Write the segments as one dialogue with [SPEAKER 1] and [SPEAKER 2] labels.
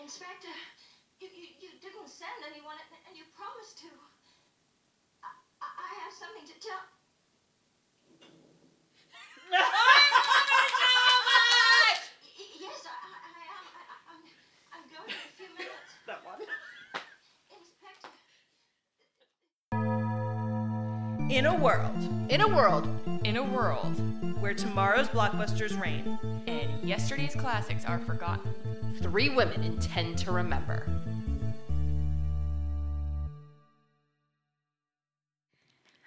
[SPEAKER 1] Inspector, you, you, you didn't send anyone, and, and you promised to. I, I I have something to tell. Y- y- Yes, I, I, I am. I, I- I'm, I'm going in a few minutes.
[SPEAKER 2] that one.
[SPEAKER 1] Inspector.
[SPEAKER 2] In a world
[SPEAKER 3] In a world, in a world,
[SPEAKER 2] where tomorrow's blockbusters reign,
[SPEAKER 3] and yesterday's classics are forgotten, three women intend to remember.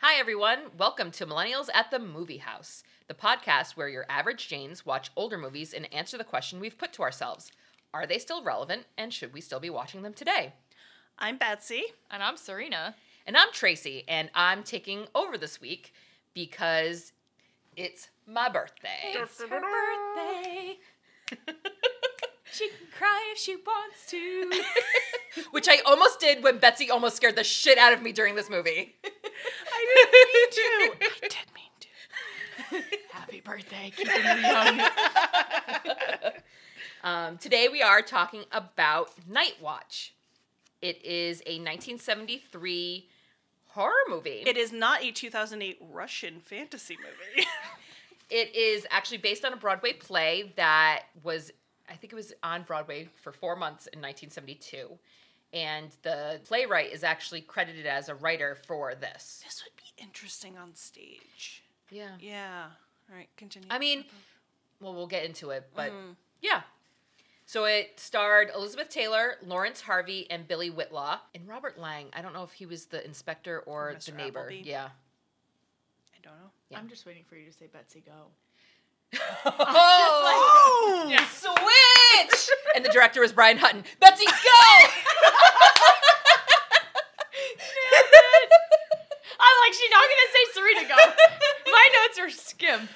[SPEAKER 3] Hi, everyone. Welcome to Millennials at the Movie House, the podcast where your average Janes watch older movies and answer the question we've put to ourselves Are they still relevant, and should we still be watching them today?
[SPEAKER 2] I'm Betsy.
[SPEAKER 4] And I'm Serena.
[SPEAKER 3] And I'm Tracy, and I'm taking over this week because it's my birthday.
[SPEAKER 4] It's her birthday. she can cry if she wants to.
[SPEAKER 3] Which I almost did when Betsy almost scared the shit out of me during this movie.
[SPEAKER 2] I didn't mean to.
[SPEAKER 4] I did mean to. Happy birthday, keeping me young.
[SPEAKER 3] Um, today we are talking about Night Watch. It is a 1973 horror movie.
[SPEAKER 2] It is not a 2008 Russian fantasy movie.
[SPEAKER 3] it is actually based on a Broadway play that was, I think it was on Broadway for four months in 1972. And the playwright is actually credited as a writer for this.
[SPEAKER 2] this would be interesting on stage.
[SPEAKER 3] Yeah.
[SPEAKER 2] Yeah. All right, continue.
[SPEAKER 3] I mean, well, we'll get into it, but yeah. So it starred Elizabeth Taylor, Lawrence Harvey, and Billy Whitlaw, and Robert Lang. I don't know if he was the inspector or
[SPEAKER 2] Mr.
[SPEAKER 3] the neighbor.
[SPEAKER 2] Appleby.
[SPEAKER 3] Yeah.
[SPEAKER 2] I don't know.
[SPEAKER 4] I'm just waiting for you to say Betsy go.
[SPEAKER 3] Oh,
[SPEAKER 2] Oh!
[SPEAKER 3] switch! and the director was Brian Hutton. Betsy, go!
[SPEAKER 4] I'm like, she's not gonna say Serena go. My notes are skim.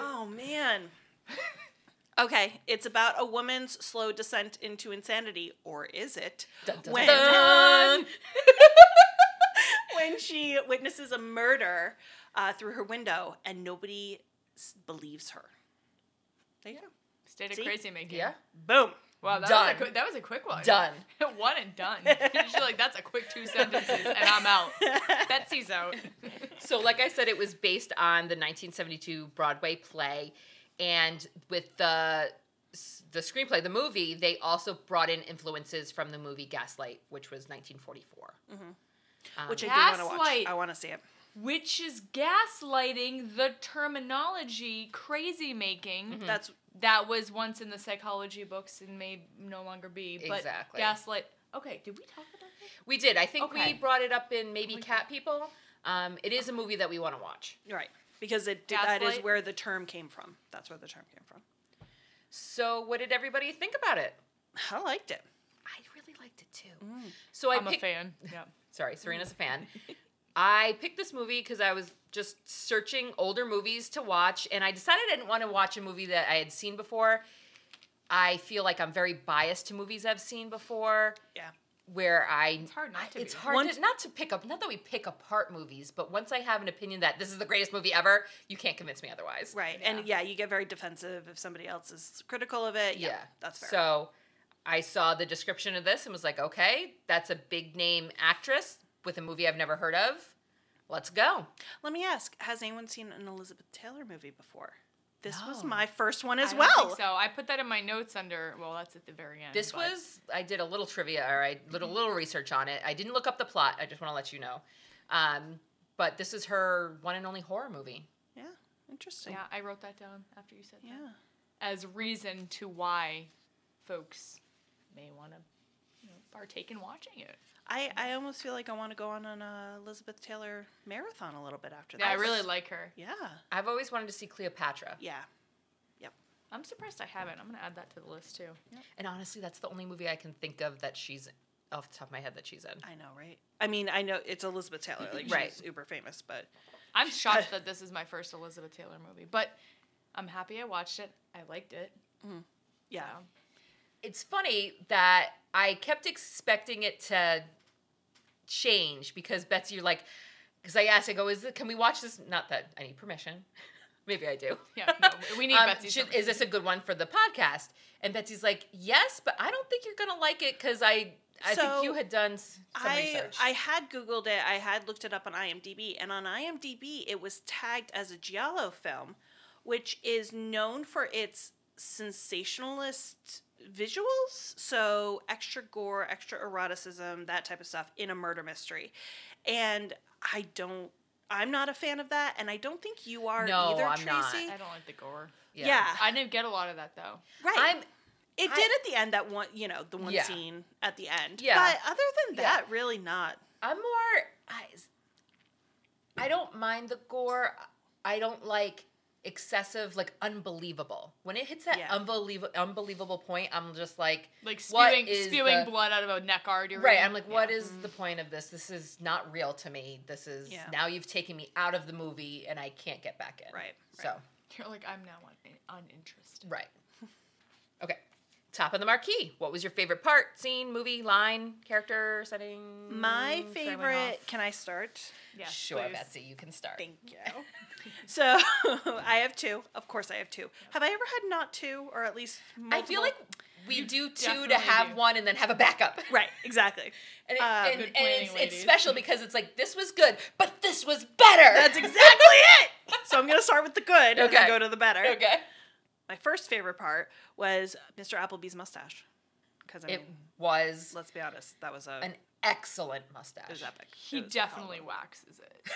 [SPEAKER 2] Oh, man. Okay, it's about a woman's slow descent into insanity, or is it?
[SPEAKER 3] Dun, dun,
[SPEAKER 2] When-
[SPEAKER 3] dun.
[SPEAKER 2] when she witnesses a murder uh, through her window and nobody s- believes her. There you
[SPEAKER 4] State of
[SPEAKER 2] See?
[SPEAKER 4] crazy making.
[SPEAKER 3] Yeah,
[SPEAKER 2] go. Boom.
[SPEAKER 4] Wow, that
[SPEAKER 3] Done.
[SPEAKER 4] was a qu- that was a quick one.
[SPEAKER 3] done.
[SPEAKER 4] one and done. She's like, that's a quick two sentences, and I'm out. Betsy's out.
[SPEAKER 3] So, like I said, it was based on the 1972 Broadway play, and with the the screenplay, the movie, they also brought in influences from the movie Gaslight, which was 1944. Um,
[SPEAKER 2] Which I do want to watch.
[SPEAKER 4] Gaslight.
[SPEAKER 2] I want to see it.
[SPEAKER 4] Which is gaslighting the terminology crazy making
[SPEAKER 3] Mm-hmm.
[SPEAKER 2] That's
[SPEAKER 4] that was once in the psychology books and may no longer be. But
[SPEAKER 3] Exactly.
[SPEAKER 4] gaslight. Okay, did we talk about this?
[SPEAKER 3] we did. I think
[SPEAKER 4] Okay.
[SPEAKER 3] we brought it up in maybe
[SPEAKER 4] We did.
[SPEAKER 3] Cat People. Um, it is a movie that we want to watch.
[SPEAKER 2] you're right because it that is
[SPEAKER 4] Gaslight?
[SPEAKER 2] where the term came from. That's where the term came from.
[SPEAKER 3] So, what did everybody think about it?
[SPEAKER 2] I liked it.
[SPEAKER 3] I really liked it too. So I
[SPEAKER 4] I'm a
[SPEAKER 3] picked
[SPEAKER 4] fan. Yeah.
[SPEAKER 3] Sorry, Serena's a fan. I picked this movie because I was just searching older movies to watch, and I decided I didn't want to watch a movie that I had seen before. I feel like I'm very biased to movies I've seen before,
[SPEAKER 2] Yeah.
[SPEAKER 3] where I
[SPEAKER 4] It's hard not to
[SPEAKER 3] It's
[SPEAKER 4] be.
[SPEAKER 3] hard
[SPEAKER 2] Once-
[SPEAKER 3] to, not to pick up. Not that we pick apart movies, but once I have an opinion that this is the greatest movie ever, you can't convince me otherwise.
[SPEAKER 2] Right. And yeah, you get very defensive if somebody else is critical of it. Yeah. That's fair.
[SPEAKER 3] So I saw the description of this and was like, okay, that's a big name actress with a movie I've never heard of. Let's go.
[SPEAKER 2] Let me ask, has anyone seen an Elizabeth Taylor movie before? This was
[SPEAKER 3] No.
[SPEAKER 2] my first one as
[SPEAKER 4] I don't
[SPEAKER 2] well.
[SPEAKER 4] think so I put that in my notes under. Well, that's at the very end.
[SPEAKER 3] This
[SPEAKER 4] but-
[SPEAKER 3] was I did a little trivia or I did a little research on it. I didn't look up the plot. I just want to let you know. Um, but this is her one and only horror movie.
[SPEAKER 2] Yeah. Interesting.
[SPEAKER 4] Yeah, I wrote that down after you said
[SPEAKER 2] Yeah.
[SPEAKER 4] that. As reason to why folks may want to you know, partake in watching it.
[SPEAKER 2] I, I almost feel like I want to go on an uh, Elizabeth Taylor marathon a little bit after
[SPEAKER 4] Yeah, I
[SPEAKER 2] that.
[SPEAKER 4] really like her.
[SPEAKER 2] Yeah.
[SPEAKER 3] I've always wanted to see Cleopatra,
[SPEAKER 2] Yeah.
[SPEAKER 4] I'm surprised I haven't. I'm gonna add that to the list too.
[SPEAKER 3] and honestly, that's the only movie I can think of that she's off the top of my head that she's in.
[SPEAKER 2] I know, right? I mean, I know it's Elizabeth Taylor. Like,
[SPEAKER 3] Right.
[SPEAKER 2] she's uber famous, but
[SPEAKER 4] I'm shocked that this is my first Elizabeth Taylor movie, but I'm happy I watched it. I liked it.
[SPEAKER 3] Mm-hmm.
[SPEAKER 2] yeah.
[SPEAKER 4] Um,
[SPEAKER 3] It's funny that I kept expecting it to change because Betsy, you're like, because I asked, I go, is it, can we watch this? Not that I need permission. Maybe I do.
[SPEAKER 4] Yeah, no, we need
[SPEAKER 3] Um,
[SPEAKER 4] Betsy's
[SPEAKER 3] should-
[SPEAKER 4] permission.
[SPEAKER 3] is this a good one for the podcast? And Betsy's like, yes, but I don't think you're gonna like it because I, I
[SPEAKER 2] So,
[SPEAKER 3] think you had done s- some
[SPEAKER 2] I,
[SPEAKER 3] research.
[SPEAKER 2] I had Googled it, I had looked it up on IMDb, and on IMDb it was tagged as a Giallo film, which is known for its sensationalist visuals. So, extra gore, extra eroticism, that type of stuff in a murder mystery. And I don't, I'm not a fan of that, and I don't think you are
[SPEAKER 3] No,
[SPEAKER 2] either,
[SPEAKER 3] I'm not.
[SPEAKER 2] Tracy.
[SPEAKER 4] I don't like the gore.
[SPEAKER 2] Yeah.
[SPEAKER 3] Ah.
[SPEAKER 4] I didn't get a lot of that though.
[SPEAKER 2] Right.
[SPEAKER 3] I'm
[SPEAKER 2] it
[SPEAKER 3] I-
[SPEAKER 2] did at the end, that one, you know, the one
[SPEAKER 3] Yeah.
[SPEAKER 2] scene at the end.
[SPEAKER 3] Yeah.
[SPEAKER 2] But other than
[SPEAKER 3] Yeah.
[SPEAKER 2] that, really not.
[SPEAKER 3] I'm more. I, I don't mind the gore. I don't like excessive, like unbelievable. When it hits that
[SPEAKER 2] Yeah.
[SPEAKER 3] unbelievable, unbelievable point, I'm just like,
[SPEAKER 4] Like
[SPEAKER 3] what
[SPEAKER 4] spewing
[SPEAKER 3] is
[SPEAKER 4] spewing
[SPEAKER 3] the-
[SPEAKER 4] blood out of a neck artery.
[SPEAKER 3] Right. I'm like, what
[SPEAKER 4] Yeah.
[SPEAKER 3] is the point of this? This is not real to me. This is
[SPEAKER 2] Yeah.
[SPEAKER 3] now you've taken me out of the movie and I can't get back in.
[SPEAKER 2] Right,
[SPEAKER 3] So,
[SPEAKER 4] You're like I'm now un- uninterested.
[SPEAKER 3] right. Okay. Top of the marquee. What was your favorite part, scene, movie, line, character, setting?
[SPEAKER 2] My
[SPEAKER 3] Throwing
[SPEAKER 2] favorite.
[SPEAKER 3] off?
[SPEAKER 2] Can I start?
[SPEAKER 4] Yes,
[SPEAKER 3] sure,
[SPEAKER 4] please.
[SPEAKER 3] Betsy, you can start.
[SPEAKER 2] Thank you. so I have two. Of course, I have two. Have I ever had not two, or at least multiple?
[SPEAKER 3] I feel like we do two to
[SPEAKER 4] definitely
[SPEAKER 3] have
[SPEAKER 4] do.
[SPEAKER 3] one and then have a backup.
[SPEAKER 2] right, exactly.
[SPEAKER 3] And, it,
[SPEAKER 2] Um,
[SPEAKER 3] and,
[SPEAKER 4] Good
[SPEAKER 3] and
[SPEAKER 4] planning,
[SPEAKER 3] it's, it's
[SPEAKER 4] ladies.
[SPEAKER 3] special because it's like, this was good, but this was better.
[SPEAKER 2] That's exactly it. So I'm gonna start with the good and then
[SPEAKER 3] Okay.
[SPEAKER 2] go to the better.
[SPEAKER 3] okay.
[SPEAKER 2] My first favorite part was Mr. Applebee's mustache, because I mean,
[SPEAKER 3] It was
[SPEAKER 2] let's be honest, that was a
[SPEAKER 3] an excellent mustache.
[SPEAKER 2] it was epic.
[SPEAKER 4] He
[SPEAKER 2] It was a hell of a-
[SPEAKER 4] definitely waxes it.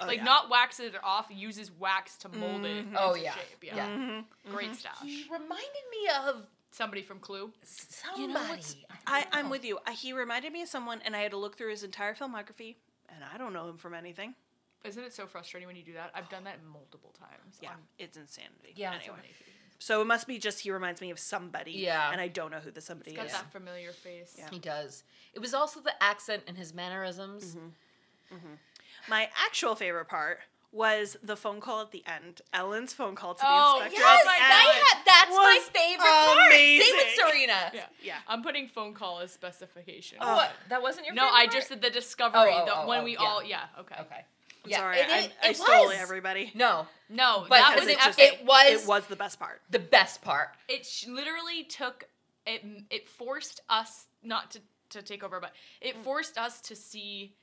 [SPEAKER 2] oh,
[SPEAKER 4] like
[SPEAKER 2] yeah.
[SPEAKER 4] not waxes it off, uses wax to mold it. Into
[SPEAKER 3] Oh, yeah.
[SPEAKER 4] Shape. Yeah. Mm-hmm.
[SPEAKER 3] Yeah. Mm-hmm.
[SPEAKER 4] Great stash.
[SPEAKER 3] He reminded me of
[SPEAKER 4] Somebody from Clue.
[SPEAKER 3] somebody.
[SPEAKER 2] You know what's- I, I'm
[SPEAKER 3] Oh.
[SPEAKER 2] with you. I, he reminded me of someone, and I had to look through his entire filmography, and I don't know him from anything.
[SPEAKER 4] Isn't it so frustrating when you do that? I've done that multiple times. Um,
[SPEAKER 2] Yeah,
[SPEAKER 4] on
[SPEAKER 2] it's insanity.
[SPEAKER 3] Yeah.
[SPEAKER 2] Anyway. So it must be just he reminds me of somebody.
[SPEAKER 3] Yeah.
[SPEAKER 2] And I don't know who the somebody
[SPEAKER 4] He's got
[SPEAKER 2] is.
[SPEAKER 4] that familiar face.
[SPEAKER 2] Yeah.
[SPEAKER 3] He does. It was also the accent and his mannerisms.
[SPEAKER 2] My actual favorite part was the phone call at the end. Ellen's phone call to the
[SPEAKER 4] Oh,
[SPEAKER 2] inspector.
[SPEAKER 3] Yes,
[SPEAKER 2] at the
[SPEAKER 4] my
[SPEAKER 2] end.
[SPEAKER 4] God.
[SPEAKER 3] I had, that's my
[SPEAKER 2] was
[SPEAKER 3] favorite part.
[SPEAKER 2] amazing.
[SPEAKER 3] Same with Serena.
[SPEAKER 4] Yeah.
[SPEAKER 2] Yeah.
[SPEAKER 4] I'm putting phone call as specification.
[SPEAKER 2] Oh,
[SPEAKER 3] What? That wasn't your
[SPEAKER 4] no,
[SPEAKER 3] favorite
[SPEAKER 4] I
[SPEAKER 3] part?
[SPEAKER 4] just did the discovery.
[SPEAKER 3] Oh, oh,
[SPEAKER 4] the,
[SPEAKER 3] oh,
[SPEAKER 4] when
[SPEAKER 3] oh,
[SPEAKER 4] we
[SPEAKER 3] yeah.
[SPEAKER 4] all, yeah, okay.
[SPEAKER 3] Okay.
[SPEAKER 2] I'm
[SPEAKER 3] Yeah,
[SPEAKER 2] sorry,
[SPEAKER 3] and
[SPEAKER 2] I,
[SPEAKER 3] it-
[SPEAKER 2] I
[SPEAKER 3] it
[SPEAKER 2] stole
[SPEAKER 3] was.
[SPEAKER 2] everybody.
[SPEAKER 3] No.
[SPEAKER 4] No,
[SPEAKER 3] But
[SPEAKER 4] that
[SPEAKER 2] because
[SPEAKER 4] was
[SPEAKER 2] it
[SPEAKER 4] epic.
[SPEAKER 2] just-
[SPEAKER 3] it was,
[SPEAKER 2] It was the best part.
[SPEAKER 3] the best part.
[SPEAKER 4] it sh- literally took it it forced us not to to take over but it
[SPEAKER 3] Mm.
[SPEAKER 4] forced us to see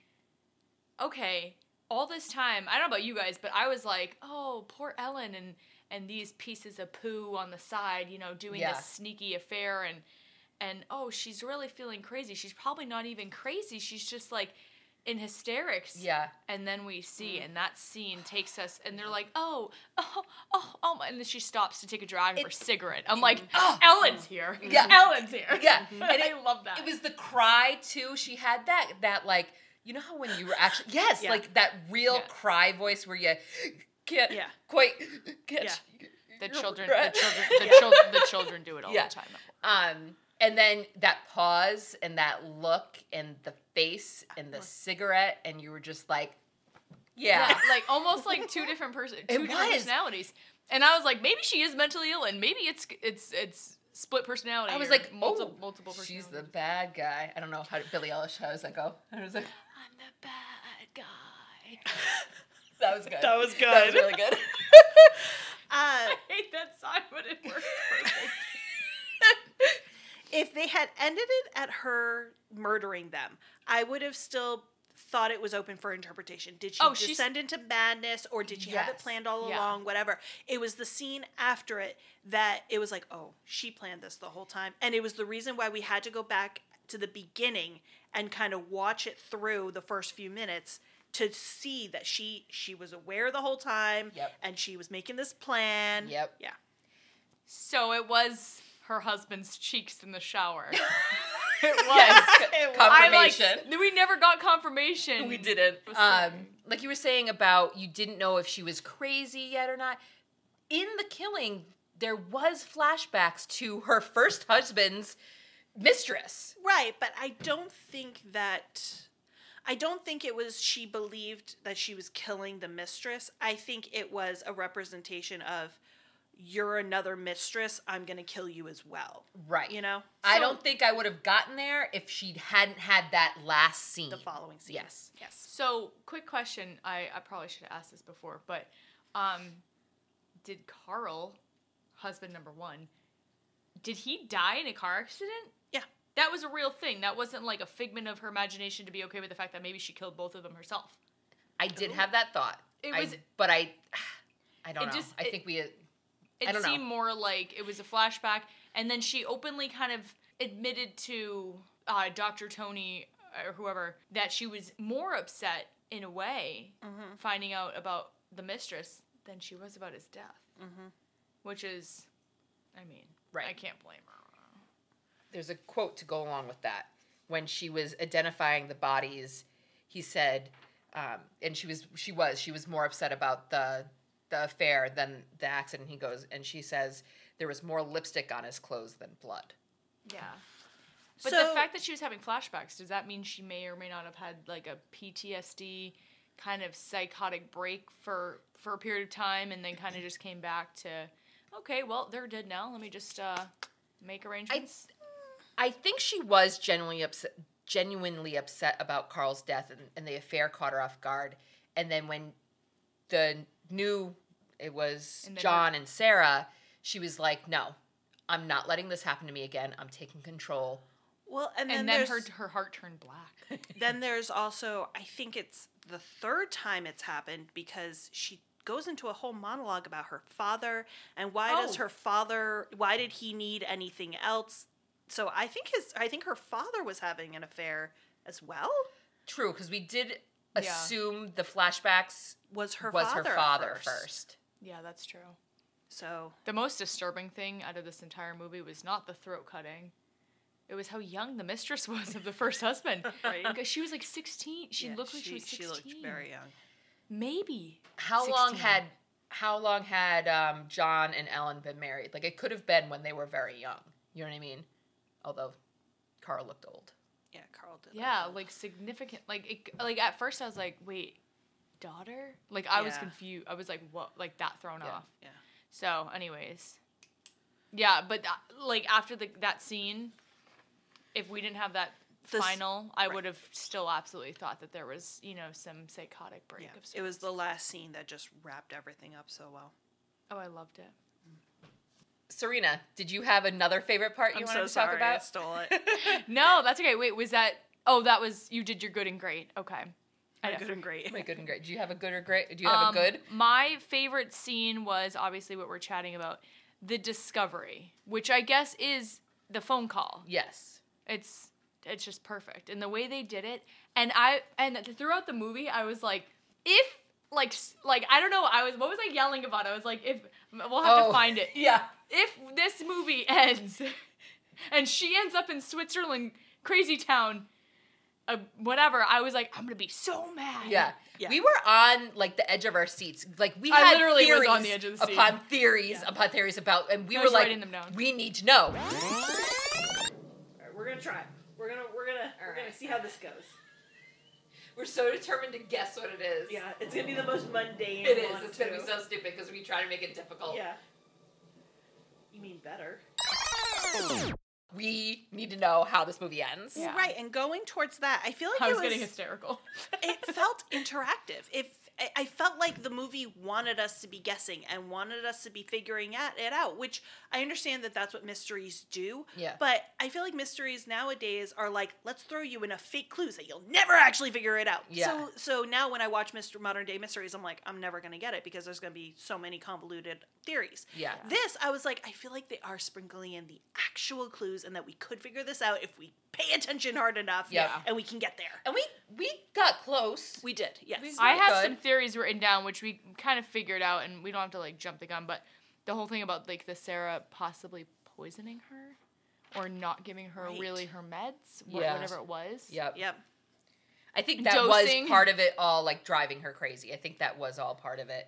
[SPEAKER 4] okay all this time i don't know about you guys but i was like oh poor ellen and and these pieces of poo on the side you know doing
[SPEAKER 3] Yeah.
[SPEAKER 4] this sneaky affair and and oh she's really feeling crazy she's probably not even crazy she's just like in hysterics
[SPEAKER 3] Yeah.
[SPEAKER 4] and then we
[SPEAKER 3] Mm.
[SPEAKER 4] see, and that scene takes us, and they're like, oh, oh, oh, oh, my- and then she stops to take a drag of her
[SPEAKER 3] It-
[SPEAKER 4] cigarette. I'm like,
[SPEAKER 3] Oh.
[SPEAKER 4] Ellen's here.
[SPEAKER 3] Yeah.
[SPEAKER 4] Ellen's here.
[SPEAKER 3] Yeah.
[SPEAKER 4] And
[SPEAKER 3] And
[SPEAKER 4] I love that.
[SPEAKER 3] It was the cry too. She had that that like you know how when you were actually yes
[SPEAKER 2] Yeah.
[SPEAKER 3] like that real
[SPEAKER 4] Yeah.
[SPEAKER 3] cry voice where you can't
[SPEAKER 2] Yeah.
[SPEAKER 3] quite catch
[SPEAKER 4] the
[SPEAKER 3] your
[SPEAKER 4] children,
[SPEAKER 3] breath.
[SPEAKER 4] the children, the children, the children do it all
[SPEAKER 3] Yeah.
[SPEAKER 4] the time.
[SPEAKER 3] Um, and then that pause and that look and the face and the cigarette, and you were just like, yeah.
[SPEAKER 4] like almost like two different person,
[SPEAKER 3] It
[SPEAKER 4] two different
[SPEAKER 3] was.
[SPEAKER 4] personalities. And I was like, maybe she is mentally ill, and maybe it's it's it's split personality.
[SPEAKER 3] I was
[SPEAKER 4] or
[SPEAKER 3] like,
[SPEAKER 4] multiple
[SPEAKER 3] oh,
[SPEAKER 4] multiple
[SPEAKER 3] she's
[SPEAKER 4] personalities.
[SPEAKER 3] the bad guy. I don't know how Billy Eilish. How does that go? I was like,
[SPEAKER 4] I'm the bad guy.
[SPEAKER 3] that was good.
[SPEAKER 2] That was
[SPEAKER 3] That was
[SPEAKER 2] good.
[SPEAKER 3] really good.
[SPEAKER 2] Uh,
[SPEAKER 4] I hate that song, but it works. perfect.
[SPEAKER 2] if they had ended it at her murdering them, I would have still thought it was open for interpretation. Did she
[SPEAKER 4] Oh, she's-
[SPEAKER 2] descend into madness or did she have it
[SPEAKER 3] Yes.
[SPEAKER 2] planned all
[SPEAKER 4] Yeah.
[SPEAKER 2] along? Whatever. It was the scene after it that it was like, oh, she planned this the whole time. And it was the reason why we had to go back to the beginning and kind of watch it through the first few minutes to see that she she was aware the whole time
[SPEAKER 3] Yep.
[SPEAKER 2] and she was making this plan.
[SPEAKER 3] Yep.
[SPEAKER 2] Yeah.
[SPEAKER 4] So it was her husband's cheeks in the shower. it was.
[SPEAKER 3] Yes.
[SPEAKER 4] I'm like,
[SPEAKER 3] Confirmation.
[SPEAKER 4] we never got confirmation.
[SPEAKER 3] we didn't.
[SPEAKER 4] was
[SPEAKER 3] Um,
[SPEAKER 4] something.
[SPEAKER 3] like you were saying about you didn't know if she was crazy yet or not. In the killing, there was flashbacks to her first husband's mistress.
[SPEAKER 2] Right, but I don't think that I don't think it was she believed that she was killing the mistress. I think it was a representation of you're another mistress, I'm going to kill you as well.
[SPEAKER 3] Right.
[SPEAKER 2] You know?
[SPEAKER 3] I
[SPEAKER 4] So-
[SPEAKER 3] don't think I would have gotten there if she hadn't had that last scene.
[SPEAKER 2] The following scene.
[SPEAKER 3] Yes.
[SPEAKER 2] Yes.
[SPEAKER 4] So, quick question. I, I probably should have asked this before, but um, did Carl, husband number one, did he die in a car accident?
[SPEAKER 2] Yeah.
[SPEAKER 4] That was a real thing. That wasn't like a figment of her imagination to be okay with the fact that maybe she killed both of them herself.
[SPEAKER 3] I did
[SPEAKER 2] Ooh.
[SPEAKER 3] have that thought.
[SPEAKER 4] It
[SPEAKER 3] I-
[SPEAKER 4] was-
[SPEAKER 3] but I, I don't
[SPEAKER 4] It
[SPEAKER 3] know.
[SPEAKER 4] just-
[SPEAKER 3] I
[SPEAKER 4] it-
[SPEAKER 3] think we. uh,
[SPEAKER 4] It
[SPEAKER 3] I don't know.
[SPEAKER 4] seemed more like it was a flashback, and then she openly kind of admitted to uh, Dr. Tony or whoever that she was more upset in a way
[SPEAKER 2] Mm-hmm.
[SPEAKER 4] finding out about the mistress than she was about his death,
[SPEAKER 2] Mhm.
[SPEAKER 4] which is, I mean, I
[SPEAKER 3] Mm-hmm. Right.
[SPEAKER 4] can't blame her.
[SPEAKER 3] There's a quote to go along with that. When she was identifying the bodies, he said, um, and she was she was she was more upset about the the affair than the accident. He goes and she says there was more lipstick on his clothes than blood.
[SPEAKER 4] Yeah. But
[SPEAKER 2] so,
[SPEAKER 4] the fact that she was having flashbacks, does that mean she may or may not have had like a PTSD kind of psychotic break for for a period of time and then kind of just came back to okay, well, they're dead now. Let me just uh make arrangements.
[SPEAKER 3] I think she was genuinely upset, genuinely upset about Carl's death, and, and the affair caught her off guard. And then when the new it was
[SPEAKER 4] And then
[SPEAKER 3] John and Sarah, she was like, "No, I'm not letting this happen to me again. I'm taking control."
[SPEAKER 2] well, and then,
[SPEAKER 4] and then her
[SPEAKER 2] there's,
[SPEAKER 4] her heart turned black.
[SPEAKER 2] then there's also I think it's the third time it's happened because she goes into a whole monologue about her father and why does
[SPEAKER 3] Oh.
[SPEAKER 2] her father why did he need anything else? So I think his I think her father was having an affair as well.
[SPEAKER 3] True, because we did
[SPEAKER 4] Yeah.
[SPEAKER 3] assume the flashbacks
[SPEAKER 2] Was her
[SPEAKER 3] was
[SPEAKER 2] father at
[SPEAKER 3] her father first.
[SPEAKER 4] yeah, that's true.
[SPEAKER 2] So
[SPEAKER 4] The most disturbing thing out of this entire movie was not the throat cutting. It was how young the mistress was of the first husband.
[SPEAKER 2] Right.
[SPEAKER 4] Because she was like 16. She
[SPEAKER 2] yeah,
[SPEAKER 4] looked like she, was 16.
[SPEAKER 2] she looked very young.
[SPEAKER 4] Maybe.
[SPEAKER 3] How long
[SPEAKER 4] 16.
[SPEAKER 3] had how long had um, John and Ellen been married? Like it could have been when they were very young. You know what I mean? Although Carl looked old.
[SPEAKER 2] Yeah, Carl did. look
[SPEAKER 4] Yeah,
[SPEAKER 2] old.
[SPEAKER 4] like significant. Like it, like at first I was like, wait, daughter? Like I was
[SPEAKER 2] Yeah.
[SPEAKER 4] confused. I was like, what? Like that thrown
[SPEAKER 3] Yeah,
[SPEAKER 4] off.
[SPEAKER 2] yeah.
[SPEAKER 4] So, anyways, yeah, but that, like after the that scene, if we didn't have that
[SPEAKER 2] The s-
[SPEAKER 4] final, I
[SPEAKER 2] right.
[SPEAKER 4] would have still absolutely thought that there was you know some psychotic break.
[SPEAKER 2] Yeah,
[SPEAKER 4] Of
[SPEAKER 2] it was
[SPEAKER 4] sorts.
[SPEAKER 2] the last scene that just wrapped everything up so well.
[SPEAKER 4] oh, I loved it.
[SPEAKER 3] Serena, did you have another favorite part you
[SPEAKER 2] I'm
[SPEAKER 3] wanted
[SPEAKER 2] so
[SPEAKER 3] to talk
[SPEAKER 2] sorry I
[SPEAKER 3] about?
[SPEAKER 2] stole it.
[SPEAKER 4] No, that's okay. Wait, was that? Oh, that was you did your good and great. Okay. I
[SPEAKER 2] My
[SPEAKER 4] know.
[SPEAKER 2] good and great.
[SPEAKER 3] My good and great. Do you have a good or great? Do you have
[SPEAKER 4] Um,
[SPEAKER 3] a good?
[SPEAKER 4] My favorite scene was obviously what we're chatting about, the discovery, which I guess is the phone call.
[SPEAKER 3] Yes.
[SPEAKER 4] It's it's just perfect, and the way they did it, and I and throughout the movie, I was like, if like s- like I don't know, I was what was I yelling about? I was like, if we'll have
[SPEAKER 3] Oh.
[SPEAKER 4] to find it.
[SPEAKER 3] Yeah.
[SPEAKER 4] If this movie ends, and she ends up in Switzerland, crazy town. Uh, whatever, I was like, I'm gonna be so mad.
[SPEAKER 3] Yeah.
[SPEAKER 2] Yeah.
[SPEAKER 3] We were on like the edge of our seats. Like we
[SPEAKER 4] I
[SPEAKER 3] had
[SPEAKER 4] literally
[SPEAKER 3] theories
[SPEAKER 4] was on the edge of the seat.
[SPEAKER 3] upon theories upon theories about, and we
[SPEAKER 4] I
[SPEAKER 3] were
[SPEAKER 4] was
[SPEAKER 3] like,
[SPEAKER 4] writing them down.
[SPEAKER 3] we need to know.
[SPEAKER 2] All right, we're gonna try. We're gonna we're gonna we're gonna
[SPEAKER 3] right.
[SPEAKER 2] see how this goes.
[SPEAKER 3] We're so determined to guess what it is.
[SPEAKER 2] Yeah, it's gonna be the most mundane.
[SPEAKER 3] It is.
[SPEAKER 2] one,
[SPEAKER 3] It's gonna be
[SPEAKER 2] too.
[SPEAKER 3] so stupid because we try to make it difficult.
[SPEAKER 2] Yeah. You mean better?
[SPEAKER 3] We need to know how this movie ends.
[SPEAKER 4] Yeah.
[SPEAKER 2] Well, right, and going towards that, I feel like
[SPEAKER 4] I
[SPEAKER 2] it
[SPEAKER 4] was
[SPEAKER 2] was.
[SPEAKER 4] getting hysterical.
[SPEAKER 2] it felt interactive. If I- I felt like the movie wanted us to be guessing and wanted us to be figuring at- it out, which I understand that that's what mysteries do.
[SPEAKER 3] Yeah.
[SPEAKER 2] But I feel like mysteries nowadays are like, let's throw you in a fake clues that you'll never actually figure it out.
[SPEAKER 3] Yeah.
[SPEAKER 2] So so now when I watch Mr. Modern Day Mysteries, I'm like, I'm never gonna get it because there's gonna be so many convoluted theories.
[SPEAKER 3] Yeah.
[SPEAKER 2] This, I was like, I feel like they are sprinkling in the actual clues and that we could figure this out if we pay attention hard enough
[SPEAKER 3] Yeah.
[SPEAKER 2] and we can get there.
[SPEAKER 3] And we we got close.
[SPEAKER 2] We did, yes.
[SPEAKER 3] We-
[SPEAKER 4] I have
[SPEAKER 3] Good.
[SPEAKER 4] some theories written down, which we kind of figured out, and we don't have to like jump the gun. But the whole thing about like the Sarah possibly poisoning her, or not giving her
[SPEAKER 2] Right.
[SPEAKER 4] really her meds, wha-
[SPEAKER 3] Yeah.
[SPEAKER 4] whatever it was.
[SPEAKER 3] Yep.
[SPEAKER 2] Yep.
[SPEAKER 3] I think that
[SPEAKER 4] Dosing.
[SPEAKER 3] was part of it all, like driving her crazy. I think that was all part of it.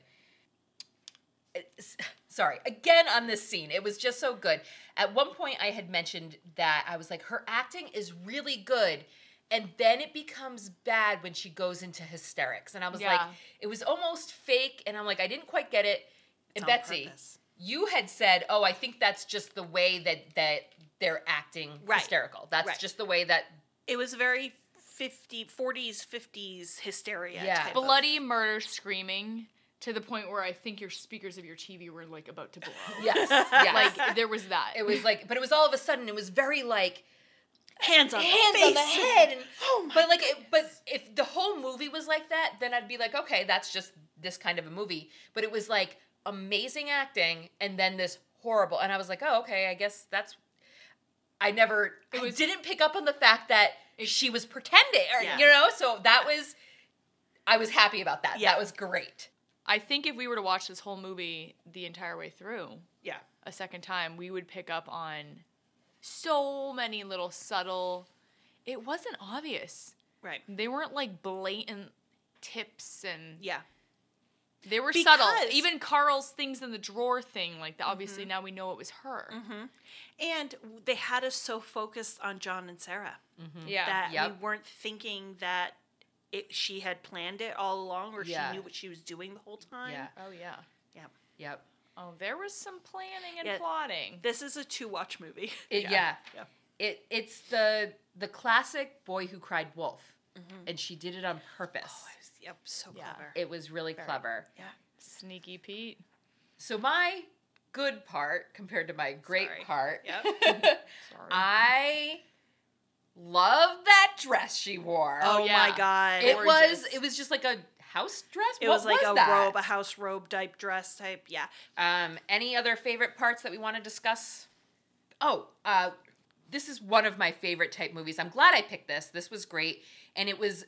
[SPEAKER 3] It's- sorry, again on this scene, it was just so good. At one point, I had mentioned that I was like, her acting is really good. And then it becomes bad when she goes into hysterics. And I was like,
[SPEAKER 4] Yeah.
[SPEAKER 3] it was almost fake. And I'm like, I didn't quite get it. And
[SPEAKER 2] on
[SPEAKER 3] Betsy,
[SPEAKER 2] purpose.
[SPEAKER 3] you had said, "Oh, I think that's just the way that that they're acting
[SPEAKER 2] Right.
[SPEAKER 3] hysterical. That's
[SPEAKER 2] Right.
[SPEAKER 3] just the way that
[SPEAKER 2] It was very 50, 40s, 50s hysteria.
[SPEAKER 3] Yeah.
[SPEAKER 2] type of-
[SPEAKER 4] Bloody murder, screaming. to the point where I think your speakers of your TV were like about to blow.
[SPEAKER 3] Yes. yes.
[SPEAKER 4] Like there was that.
[SPEAKER 3] it was like, but it was all of a sudden. It was very like
[SPEAKER 2] Hands on
[SPEAKER 3] hands
[SPEAKER 2] the face.
[SPEAKER 3] on the head. And,
[SPEAKER 2] Oh my
[SPEAKER 3] but like, it, but if the whole movie was like that, then I'd be like, okay, that's just this kind of a movie. But it was like amazing acting, and then this horrible. And I was like, oh, okay, I guess that's. I never.
[SPEAKER 4] It was-
[SPEAKER 3] I didn't pick up on the fact that
[SPEAKER 4] It-
[SPEAKER 3] she was pretending, or,
[SPEAKER 2] Yeah.
[SPEAKER 3] you know. So that was. I was happy about that.
[SPEAKER 2] Yeah.
[SPEAKER 3] That was great.
[SPEAKER 4] I think if we were to watch this whole movie the entire way through
[SPEAKER 2] Yeah.
[SPEAKER 4] a second time, we would pick up on so many little subtle. It wasn't obvious.
[SPEAKER 2] Right.
[SPEAKER 4] They weren't like blatant tips and
[SPEAKER 2] Yeah.
[SPEAKER 4] they were subtle.
[SPEAKER 2] Because- Mm-hmm.
[SPEAKER 4] Even Carl's things in the drawer thing, like the, obviously now we know it was her.
[SPEAKER 2] And they had us so focused on John and Sarah
[SPEAKER 4] Yeah.
[SPEAKER 2] Mm-hmm. that we
[SPEAKER 3] Oh, Yep.
[SPEAKER 2] weren't thinking that it, she had planned it all along or
[SPEAKER 3] Yeah.
[SPEAKER 2] she knew what she was doing the whole time.
[SPEAKER 3] Yeah.
[SPEAKER 4] oh yeah.
[SPEAKER 2] Yeah.
[SPEAKER 3] Yep.
[SPEAKER 4] Oh, there was some planning and
[SPEAKER 2] Yeah.
[SPEAKER 4] plotting.
[SPEAKER 2] This is a two watch movie.
[SPEAKER 3] It, yeah.
[SPEAKER 2] Yeah.
[SPEAKER 3] It it's the the classic boy who cried wolf,
[SPEAKER 2] Mm-hmm.
[SPEAKER 3] and she did it on purpose.
[SPEAKER 2] Oh, Yep. So
[SPEAKER 4] Yeah.
[SPEAKER 2] clever.
[SPEAKER 3] it was really clever.
[SPEAKER 4] Sneaky Pete.
[SPEAKER 3] So my good part compared to my great
[SPEAKER 2] Sorry.
[SPEAKER 3] part,
[SPEAKER 2] Yep.
[SPEAKER 4] Sorry.
[SPEAKER 2] Um,
[SPEAKER 3] I love that dress she wore.
[SPEAKER 2] oh
[SPEAKER 4] yeah.
[SPEAKER 2] my God.
[SPEAKER 3] it was
[SPEAKER 4] gorgeous.
[SPEAKER 3] it was just like a house dress.
[SPEAKER 2] It
[SPEAKER 3] What
[SPEAKER 2] was like a
[SPEAKER 3] that?
[SPEAKER 2] robe, a house robe type dress type. Yeah.
[SPEAKER 3] Um, any other favorite parts that we want to discuss? Oh, uh, this is one of my favorite type movies. I'm glad I picked this. This was great. And it was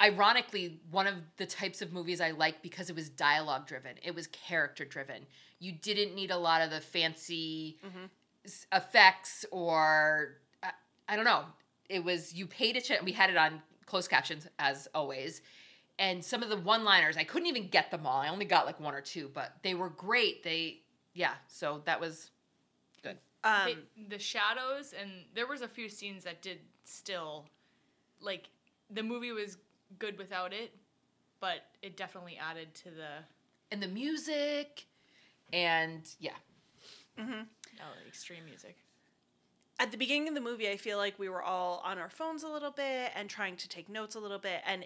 [SPEAKER 3] ironically one of the types of movies I like because it was dialogue driven, it was character driven. You didn't need a lot of the fancy s- effects or I, I don't know. It was you paid attention. We had it on closed captions as always, and some of the one-liners I couldn't even get them all. I only got like one or two, but they were great. They yeah. So that was good.
[SPEAKER 2] Um,
[SPEAKER 4] They- the shadows and there was a few scenes that did still like the movie was good without it but it definitely added to the
[SPEAKER 3] And the music, and yeah,
[SPEAKER 4] oh, extreme music
[SPEAKER 2] at the beginning of the movie, I feel like we were all on our phones a little bit and trying to take notes a little bit. And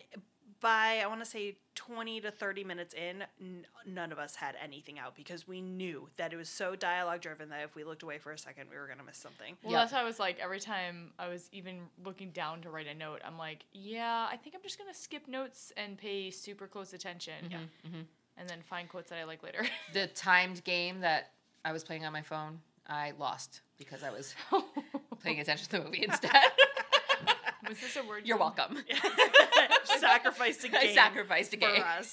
[SPEAKER 2] by, I want to say, 20 to 30 minutes in, n- none of us had anything out because we knew that it was so dialogue driven that if we looked away for a second, we were going to miss something.
[SPEAKER 4] well
[SPEAKER 3] Yeah.
[SPEAKER 4] that's how i was like every time i was even looking down to write a note i'm like yeah i think i'm just gonna skip notes and pay super close attention
[SPEAKER 3] Mm-hmm,
[SPEAKER 4] yeah and then find quotes that i like later
[SPEAKER 3] the timed game that I was playing on my phone, I lost because I was paying attention to the movie instead.
[SPEAKER 4] was this a word
[SPEAKER 3] You're
[SPEAKER 4] you-
[SPEAKER 3] welcome.
[SPEAKER 2] Sacrificed a game.
[SPEAKER 3] I sacrificed a
[SPEAKER 2] for
[SPEAKER 3] game.
[SPEAKER 2] us.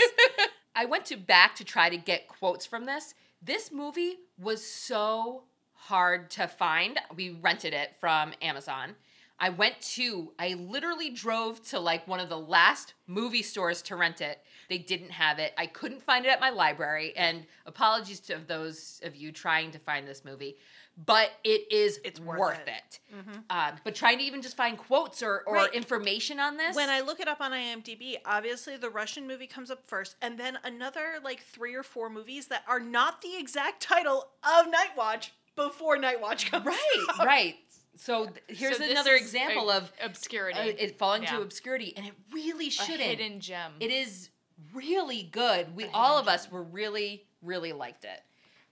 [SPEAKER 3] I went to back to try to get quotes from this. This movie was so hard to find. We rented it from Amazon. I went to, I literally drove to like one of the last movie stores to rent it. They didn't have it. I couldn't find it at my library. And apologies to those of you trying to find this movie, but it is
[SPEAKER 2] It's worth
[SPEAKER 3] worth,
[SPEAKER 2] it.
[SPEAKER 3] it. Uh, but trying to even just find quotes or, or
[SPEAKER 2] Right.
[SPEAKER 3] information on this.
[SPEAKER 2] When I look it up on IMDb, obviously the Russian movie comes up first, and then another like three or four movies that are not the exact title of Night Watch before Night Watch comes
[SPEAKER 3] Right,
[SPEAKER 2] out.
[SPEAKER 3] right. So th- here's
[SPEAKER 4] So this
[SPEAKER 3] another
[SPEAKER 4] is
[SPEAKER 3] example
[SPEAKER 4] a-
[SPEAKER 3] of
[SPEAKER 4] obscurity
[SPEAKER 3] uh, it falling
[SPEAKER 4] Yeah.
[SPEAKER 3] to obscurity, and it really
[SPEAKER 4] a
[SPEAKER 3] shouldn't.
[SPEAKER 4] hidden gem
[SPEAKER 3] It is really good. We
[SPEAKER 4] A
[SPEAKER 3] all of
[SPEAKER 4] hidden
[SPEAKER 3] us were really, really liked it.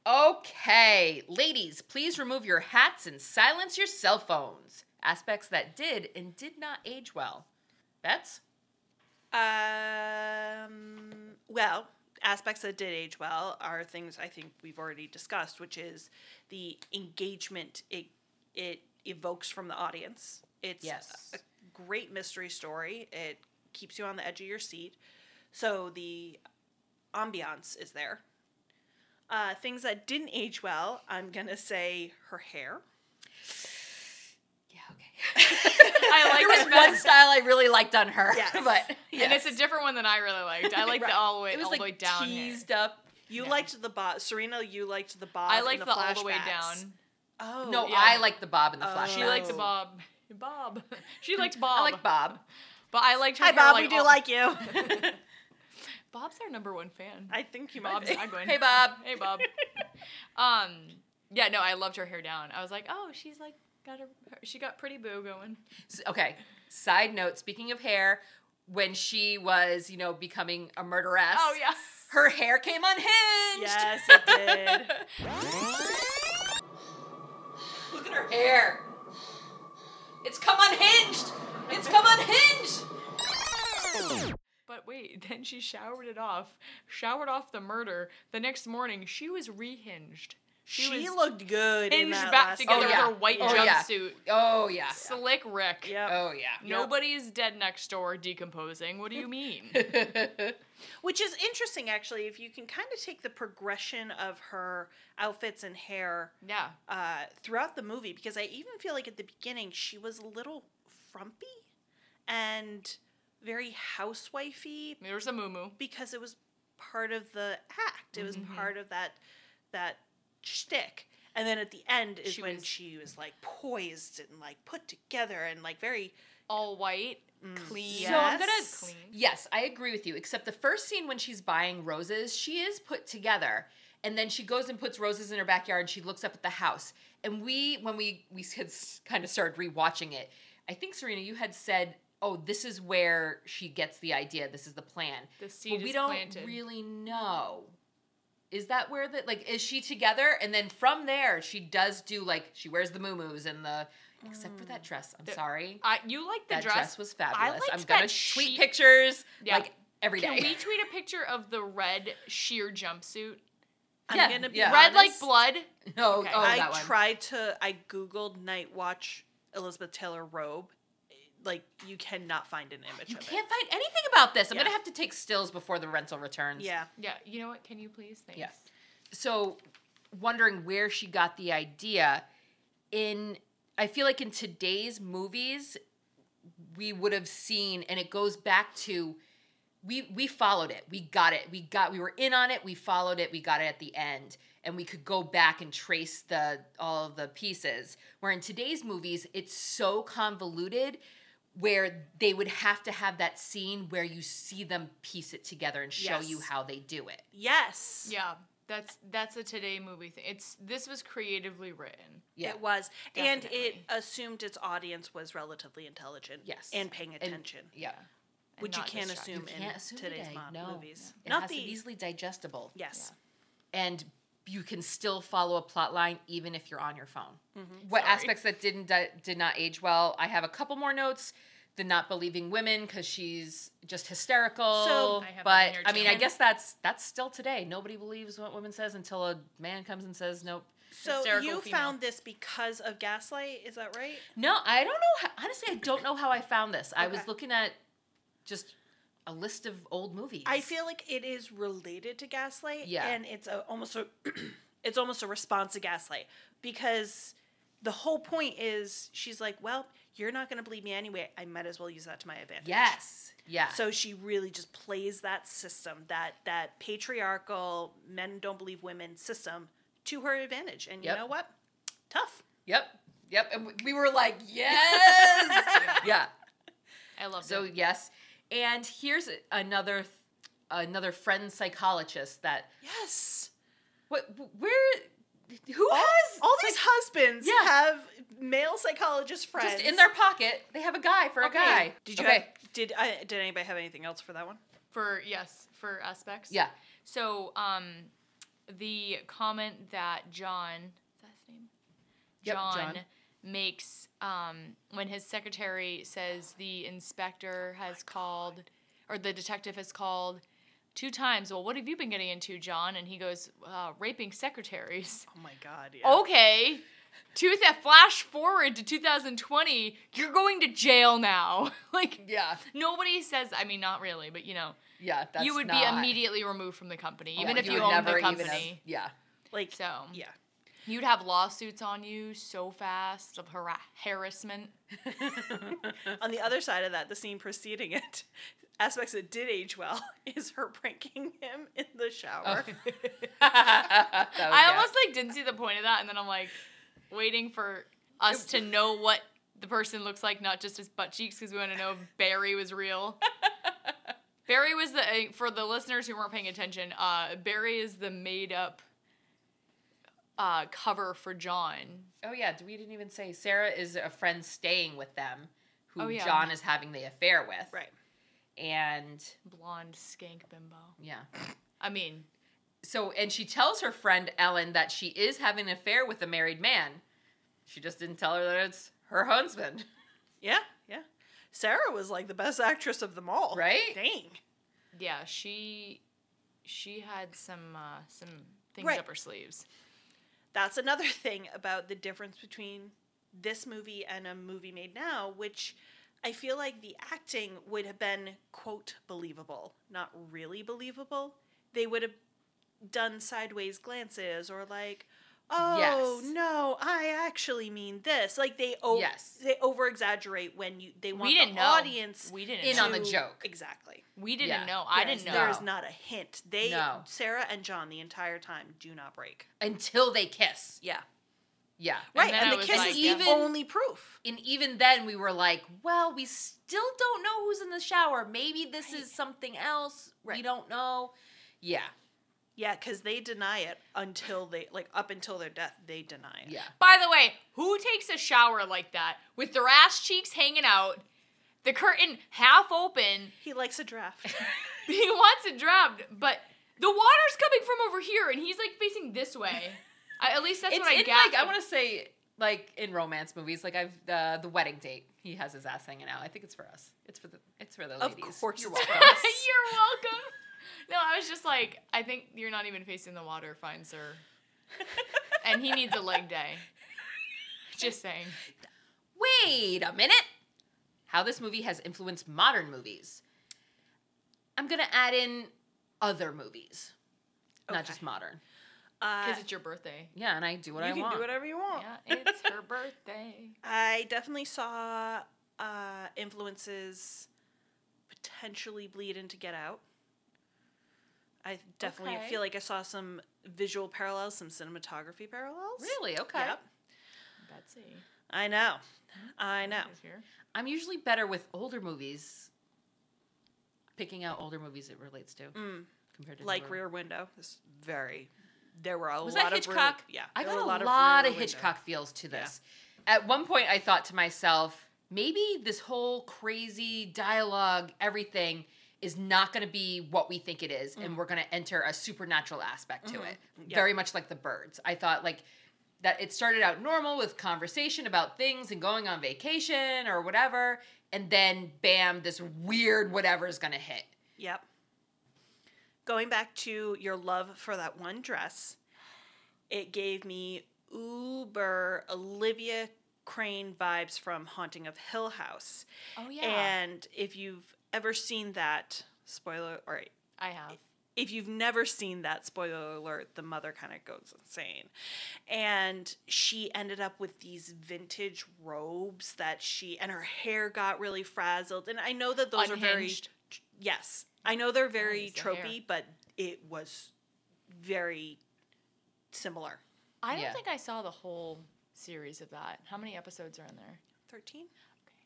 [SPEAKER 3] Okay, ladies, please remove your hats and silence your cell phones. Aspects that did and did not age well. Bets?
[SPEAKER 2] Um, well, aspects that did age well are things I think we've already discussed, which is the engagement it it evokes from the audience. It's
[SPEAKER 3] Yes.
[SPEAKER 2] a great mystery story. It keeps you on the edge of your seat. So the ambiance is there. Uh, things that didn't age well, I'm gonna say her hair.
[SPEAKER 3] Yeah, okay.
[SPEAKER 4] i like
[SPEAKER 3] there
[SPEAKER 4] this
[SPEAKER 3] was
[SPEAKER 4] best
[SPEAKER 3] one style I really liked on her,
[SPEAKER 2] Yes.
[SPEAKER 3] but
[SPEAKER 4] and it's a different one than i really liked i like the all the way
[SPEAKER 3] it was
[SPEAKER 4] all
[SPEAKER 3] like
[SPEAKER 4] the way down hair.
[SPEAKER 3] teased up.
[SPEAKER 2] You
[SPEAKER 4] Yeah.
[SPEAKER 2] liked the bob, Serena. You liked the bob.
[SPEAKER 4] I
[SPEAKER 2] and
[SPEAKER 4] like the, all the way
[SPEAKER 2] flashbacks.
[SPEAKER 4] down.
[SPEAKER 2] Oh
[SPEAKER 3] No,
[SPEAKER 4] yeah.
[SPEAKER 3] I like the bob in the
[SPEAKER 2] Oh.
[SPEAKER 3] flashback.
[SPEAKER 4] She likes
[SPEAKER 2] Oh.
[SPEAKER 4] Bob. Bob. She likes Bob.
[SPEAKER 3] I like Bob.
[SPEAKER 4] But I liked her.
[SPEAKER 2] Hi,
[SPEAKER 4] hair,
[SPEAKER 2] Bob.
[SPEAKER 4] like,
[SPEAKER 2] we do
[SPEAKER 4] all-
[SPEAKER 2] like you.
[SPEAKER 4] Bob's our number one fan.
[SPEAKER 2] I think you might.
[SPEAKER 4] Bob's
[SPEAKER 2] Be.
[SPEAKER 4] not going.
[SPEAKER 3] Hey, Bob.
[SPEAKER 4] Hey Bob. um. Yeah. No, I loved her hair down. I was like, oh, she's like got her. her- She got pretty boo going.
[SPEAKER 3] S- Okay. Side note, speaking of hair, when she was, you know, becoming a murderess.
[SPEAKER 4] Oh yeah.
[SPEAKER 3] Her hair came unhinged.
[SPEAKER 2] Yes, it did.
[SPEAKER 3] Look at her hair. It's come unhinged. It's come unhinged.
[SPEAKER 4] But wait, then she showered it off, showered off the murder. The next morning, she was rehinged.
[SPEAKER 2] she
[SPEAKER 4] was
[SPEAKER 2] looked good. in
[SPEAKER 4] Hinged
[SPEAKER 2] that
[SPEAKER 4] back
[SPEAKER 2] last
[SPEAKER 4] together
[SPEAKER 2] one.
[SPEAKER 4] with
[SPEAKER 3] yeah.
[SPEAKER 4] her white
[SPEAKER 2] Oh,
[SPEAKER 3] yeah.
[SPEAKER 4] jumpsuit.
[SPEAKER 3] Oh yeah.
[SPEAKER 4] Slick Rick.
[SPEAKER 2] Yep.
[SPEAKER 3] Oh yeah.
[SPEAKER 4] Nobody is dead next door decomposing. What do you mean?
[SPEAKER 2] Which is interesting, actually, if you can kind of take the progression of her outfits and hair
[SPEAKER 4] yeah.
[SPEAKER 2] uh, throughout the movie, because I even feel like at the beginning she was a little frumpy and very housewifey
[SPEAKER 4] There's a moo moo.
[SPEAKER 2] because it was part of the act. It was part of that that shtick. And then at the end is
[SPEAKER 4] She
[SPEAKER 2] when
[SPEAKER 4] was-
[SPEAKER 2] she was like poised and like put together and like very
[SPEAKER 4] All white, clean.
[SPEAKER 2] So I'm gonna-
[SPEAKER 4] clean.
[SPEAKER 3] Yes, I agree with you. Except the first scene when she's buying roses, she is put together. And then she goes and puts roses in her backyard and she looks up at the house. And we, when we, we had s- kind of started rewatching it, I think, Serena, you had said, oh, this is where she gets the idea. This is the plan.
[SPEAKER 4] The
[SPEAKER 3] But
[SPEAKER 4] seed
[SPEAKER 3] we
[SPEAKER 4] is
[SPEAKER 3] don't
[SPEAKER 4] planted.
[SPEAKER 3] really know. Is that where the, like, is she together? And then from there, she does do, like, she wears the moo-moos and the, except for that dress. I'm
[SPEAKER 4] The-
[SPEAKER 3] sorry
[SPEAKER 4] I, you like the
[SPEAKER 3] that dress,
[SPEAKER 4] dress?
[SPEAKER 3] was fabulous.
[SPEAKER 4] liked
[SPEAKER 3] I'm
[SPEAKER 4] that
[SPEAKER 3] gonna tweet
[SPEAKER 4] she-
[SPEAKER 3] pictures
[SPEAKER 4] Yeah.
[SPEAKER 3] like every day.
[SPEAKER 4] Can we tweet a picture of the red sheer jumpsuit?
[SPEAKER 2] I'm
[SPEAKER 3] Yeah,
[SPEAKER 2] gonna be
[SPEAKER 3] yeah.
[SPEAKER 4] Red like
[SPEAKER 2] honest,
[SPEAKER 4] blood.
[SPEAKER 3] no,
[SPEAKER 4] Okay.
[SPEAKER 3] oh,
[SPEAKER 2] I
[SPEAKER 3] that one.
[SPEAKER 2] tried to. I googled night watch Elizabeth Taylor robe. Like you cannot find an image.
[SPEAKER 3] you
[SPEAKER 2] of
[SPEAKER 3] can't find anything about this. I'm
[SPEAKER 2] Yeah.
[SPEAKER 3] gonna have to take stills before the rental returns.
[SPEAKER 2] It. Yeah.
[SPEAKER 4] Yeah, you know what? Can you please? Thanks.
[SPEAKER 3] Yeah. So, wondering where she got the idea. In I feel like in today's movies, we would have seen, and it goes back to we we followed it. We got it. We got we were in on it. We followed it. We got it at the end. And we could go back and trace the all of the pieces. Where in today's movies, it's so convoluted where they would have to have that scene where you see them piece it together and show you
[SPEAKER 2] Yes.
[SPEAKER 3] how they do it.
[SPEAKER 2] Yes.
[SPEAKER 4] Yeah, that's that's a today movie thing. It's this was creatively written.
[SPEAKER 3] Yeah.
[SPEAKER 2] It was, and it
[SPEAKER 4] Definitely.
[SPEAKER 2] assumed its audience was relatively intelligent.
[SPEAKER 3] Yes.
[SPEAKER 2] And paying
[SPEAKER 3] And-
[SPEAKER 2] attention,
[SPEAKER 3] Yeah.
[SPEAKER 4] and
[SPEAKER 2] which you
[SPEAKER 4] not
[SPEAKER 2] can't
[SPEAKER 4] distracted.
[SPEAKER 2] assume
[SPEAKER 3] You
[SPEAKER 2] in
[SPEAKER 3] can't assume
[SPEAKER 2] today's
[SPEAKER 3] today,
[SPEAKER 2] modern
[SPEAKER 3] no.
[SPEAKER 2] movies.
[SPEAKER 3] It
[SPEAKER 2] Not
[SPEAKER 3] has
[SPEAKER 2] the
[SPEAKER 3] to be easily digestible.
[SPEAKER 2] yes.
[SPEAKER 3] And you can still follow a plot line even if you're on your phone.
[SPEAKER 2] Mm-hmm.
[SPEAKER 3] What
[SPEAKER 4] Sorry.
[SPEAKER 3] aspects that didn't di- did not age well? I have a couple more notes. The not believing women because she's just hysterical.
[SPEAKER 2] So-
[SPEAKER 3] So,
[SPEAKER 4] I have that
[SPEAKER 3] but
[SPEAKER 4] in here
[SPEAKER 3] I mean, I
[SPEAKER 4] too.
[SPEAKER 3] guess that's that's still today. Nobody believes what women says until a man comes and says, "Nope."
[SPEAKER 2] So
[SPEAKER 4] Hysterical
[SPEAKER 2] you
[SPEAKER 4] female.
[SPEAKER 2] found this because of Gaslight, is that right?
[SPEAKER 3] No, I don't know. How, honestly, I don't know how I found this. I was
[SPEAKER 2] Okay.
[SPEAKER 3] looking at just a list of old movies.
[SPEAKER 2] I feel like it is related to Gaslight.
[SPEAKER 3] Yeah.
[SPEAKER 2] And it's a, almost a it's almost a response to Gaslight because the whole point is she's like, well, you're not going to believe me anyway. I might as well use that to my advantage.
[SPEAKER 3] yes, yeah.
[SPEAKER 2] So she really just plays that system, that that patriarchal men don't believe women system to her advantage. And
[SPEAKER 3] Yep.
[SPEAKER 2] you know what? Tough.
[SPEAKER 3] Yep. Yep. And we- we were like, yes. yeah.
[SPEAKER 4] I love
[SPEAKER 3] So
[SPEAKER 4] so
[SPEAKER 3] yes. And here's another th- another friend psychologist that
[SPEAKER 2] Yes.
[SPEAKER 3] what where who has
[SPEAKER 2] All these husbands
[SPEAKER 3] Yeah.
[SPEAKER 2] have male psychologist friends
[SPEAKER 3] just in their pocket they have a guy for a
[SPEAKER 4] Okay.
[SPEAKER 3] guy.
[SPEAKER 2] Did you
[SPEAKER 3] Okay.
[SPEAKER 2] have, did I, did anybody have anything else for that one?
[SPEAKER 4] for yes for aspects.
[SPEAKER 3] yeah.
[SPEAKER 4] So um, the comment that John is that his name
[SPEAKER 3] Yep,
[SPEAKER 4] John,
[SPEAKER 3] John.
[SPEAKER 4] makes um when his secretary says the inspector has called or the detective has called two times. Well, what have you been getting into, John? And he goes, uh, raping secretaries.
[SPEAKER 2] Oh my god, yeah.
[SPEAKER 4] okay, to that flash forward to 2020, you're going to jail now. like
[SPEAKER 3] Yeah.
[SPEAKER 4] nobody says, I mean, not really, but you know,
[SPEAKER 3] Yeah. That's
[SPEAKER 4] you would
[SPEAKER 3] not-
[SPEAKER 4] be immediately removed from the company,
[SPEAKER 3] yeah,
[SPEAKER 4] even if you,
[SPEAKER 3] would
[SPEAKER 4] owned
[SPEAKER 3] never
[SPEAKER 4] the
[SPEAKER 3] even have-
[SPEAKER 4] company.
[SPEAKER 3] yeah.
[SPEAKER 2] like
[SPEAKER 4] So
[SPEAKER 2] yeah.
[SPEAKER 4] you'd have lawsuits on you so fast of hara- harassment.
[SPEAKER 2] On the other side of that, the scene preceding it, aspects that did age well is her pranking him in the shower.
[SPEAKER 3] Oh. That was-
[SPEAKER 4] I
[SPEAKER 3] Oh, yeah.
[SPEAKER 4] almost like didn't see the point of that, and then I'm like waiting for us to know what the person looks like, not just his butt cheeks, because we want to know if Barry was real. Barry was the uh, for the listeners who weren't paying attention. Uh, Barry is the made up uh, cover for John.
[SPEAKER 3] Oh yeah, d- we didn't even say Sarah is a friend staying with them, who
[SPEAKER 4] Oh, yeah.
[SPEAKER 3] John is having the affair with.
[SPEAKER 2] right.
[SPEAKER 3] And
[SPEAKER 4] Blonde skank bimbo.
[SPEAKER 3] yeah,
[SPEAKER 4] I mean,
[SPEAKER 3] So, and she tells her friend Ellen that she is having an affair with a married man. She just didn't tell her that it's her husband,
[SPEAKER 2] Yeah, yeah. Sarah was like the best actress of them all.
[SPEAKER 3] right?
[SPEAKER 2] Dang.
[SPEAKER 4] yeah, she she had some uh, some things
[SPEAKER 2] Right.
[SPEAKER 4] up her sleeves.
[SPEAKER 2] That's another thing about the difference between this movie and a movie made now, which I feel like the acting would have been, quote, believable, not really believable. They would have done sideways glances or like, oh
[SPEAKER 3] Yes.
[SPEAKER 2] no, I actually mean this. Like they o-
[SPEAKER 3] Yes.
[SPEAKER 2] they over exaggerate when you they want
[SPEAKER 4] we didn't
[SPEAKER 2] the
[SPEAKER 4] know.
[SPEAKER 2] audience
[SPEAKER 4] We didn't.
[SPEAKER 3] in
[SPEAKER 4] know.
[SPEAKER 3] on the
[SPEAKER 2] to-
[SPEAKER 3] joke.
[SPEAKER 2] Exactly.
[SPEAKER 4] We didn't
[SPEAKER 3] Yeah.
[SPEAKER 4] know. I
[SPEAKER 2] There
[SPEAKER 4] didn't
[SPEAKER 2] is-
[SPEAKER 4] know.
[SPEAKER 2] There is not a hint. They
[SPEAKER 3] No.
[SPEAKER 2] Sarah and John the entire time do not break.
[SPEAKER 3] Until they kiss.
[SPEAKER 2] Yeah.
[SPEAKER 3] Yeah.
[SPEAKER 2] Right.
[SPEAKER 4] then
[SPEAKER 2] And,
[SPEAKER 4] I
[SPEAKER 2] the
[SPEAKER 4] was
[SPEAKER 2] kiss
[SPEAKER 4] like,
[SPEAKER 2] is
[SPEAKER 4] yeah.
[SPEAKER 2] even only proof.
[SPEAKER 3] And even then, we were like, well, we still don't know who's in the shower. Maybe this
[SPEAKER 2] Right.
[SPEAKER 3] is something else. We
[SPEAKER 2] Right.
[SPEAKER 3] don't know. Yeah.
[SPEAKER 2] Yeah, because they deny it until they like up until their death, they deny it.
[SPEAKER 3] Yeah.
[SPEAKER 4] By the way, who takes a shower like that with their ass cheeks hanging out, the curtain half open?
[SPEAKER 2] He likes a draft.
[SPEAKER 4] He wants it dropped, but the water's coming from over here, and he's like facing this way. I, at least that's
[SPEAKER 3] it's
[SPEAKER 4] what I
[SPEAKER 3] in,
[SPEAKER 4] got.
[SPEAKER 3] like, I want to say, like, in romance movies, like, I've, uh, the wedding date, he has his ass hanging out. I think it's for us. It's for the, it's for the
[SPEAKER 2] Of
[SPEAKER 3] ladies.
[SPEAKER 2] course
[SPEAKER 3] You're
[SPEAKER 2] it's for
[SPEAKER 3] welcome.
[SPEAKER 2] us.
[SPEAKER 4] You're welcome. No, I was just like, I think you're not even facing the water, fine sir. And he needs a leg day. Just
[SPEAKER 3] Uh,
[SPEAKER 4] saying.
[SPEAKER 3] Wait a minute. How this movie has influenced modern movies. I'm going to add in other movies, not
[SPEAKER 2] Okay.
[SPEAKER 3] just modern.
[SPEAKER 2] Uh,
[SPEAKER 4] Because it's your birthday.
[SPEAKER 3] Yeah, and I do what
[SPEAKER 2] you
[SPEAKER 3] I
[SPEAKER 2] can
[SPEAKER 3] want.
[SPEAKER 2] do whatever you
[SPEAKER 3] oh.
[SPEAKER 2] want.
[SPEAKER 4] Yeah, it's her birthday.
[SPEAKER 2] I definitely saw uh, influences potentially bleed into Get Out. I definitely
[SPEAKER 3] Okay.
[SPEAKER 2] feel like I saw some visual parallels, some cinematography parallels.
[SPEAKER 3] Really? Okay.
[SPEAKER 2] Yep.
[SPEAKER 4] Betsy.
[SPEAKER 2] I know. I know.
[SPEAKER 4] is here.
[SPEAKER 3] I'm usually better with older movies. Picking out older movies it relates to
[SPEAKER 2] Mm,
[SPEAKER 3] compared to
[SPEAKER 2] like
[SPEAKER 3] newer.
[SPEAKER 2] Rear Window is very. There were a
[SPEAKER 3] Was
[SPEAKER 2] lot
[SPEAKER 3] that
[SPEAKER 2] of Rear-
[SPEAKER 3] Hitchcock?
[SPEAKER 2] yeah,
[SPEAKER 3] I
[SPEAKER 2] there
[SPEAKER 3] got
[SPEAKER 2] were
[SPEAKER 3] a lot,
[SPEAKER 2] Rear
[SPEAKER 3] of,
[SPEAKER 2] Window.
[SPEAKER 3] Hitchcock feels to
[SPEAKER 2] Yeah.
[SPEAKER 3] this. At one point, I thought to myself, maybe this whole crazy dialogue, everything, is not going to be what we think it is,
[SPEAKER 2] Mm.
[SPEAKER 3] and we're going to enter a supernatural aspect to it,
[SPEAKER 2] Yeah.
[SPEAKER 3] very much like the birds. I thought like that it started out normal with conversation about things and going on vacation or whatever, and then bam, this weird whatever is going to hit.
[SPEAKER 2] Yep. Going back to your love for that one dress, it gave me uber Olivia Crane vibes from Haunting of Hill House.
[SPEAKER 4] Oh yeah.
[SPEAKER 2] And if you've ever seen that, spoiler, or
[SPEAKER 4] I have.
[SPEAKER 2] if you've never seen that, spoiler alert, the mother kind of goes insane. And she ended up with these vintage robes that she, and her hair got really frazzled. And I know that those
[SPEAKER 4] Unhinged.
[SPEAKER 2] are very, yes, I know they're very
[SPEAKER 4] Nice, the hair.
[SPEAKER 2] tropey, but it was very similar.
[SPEAKER 4] I don't
[SPEAKER 3] Yeah.
[SPEAKER 4] think I saw the whole series of that. How many episodes are in there?
[SPEAKER 2] 13?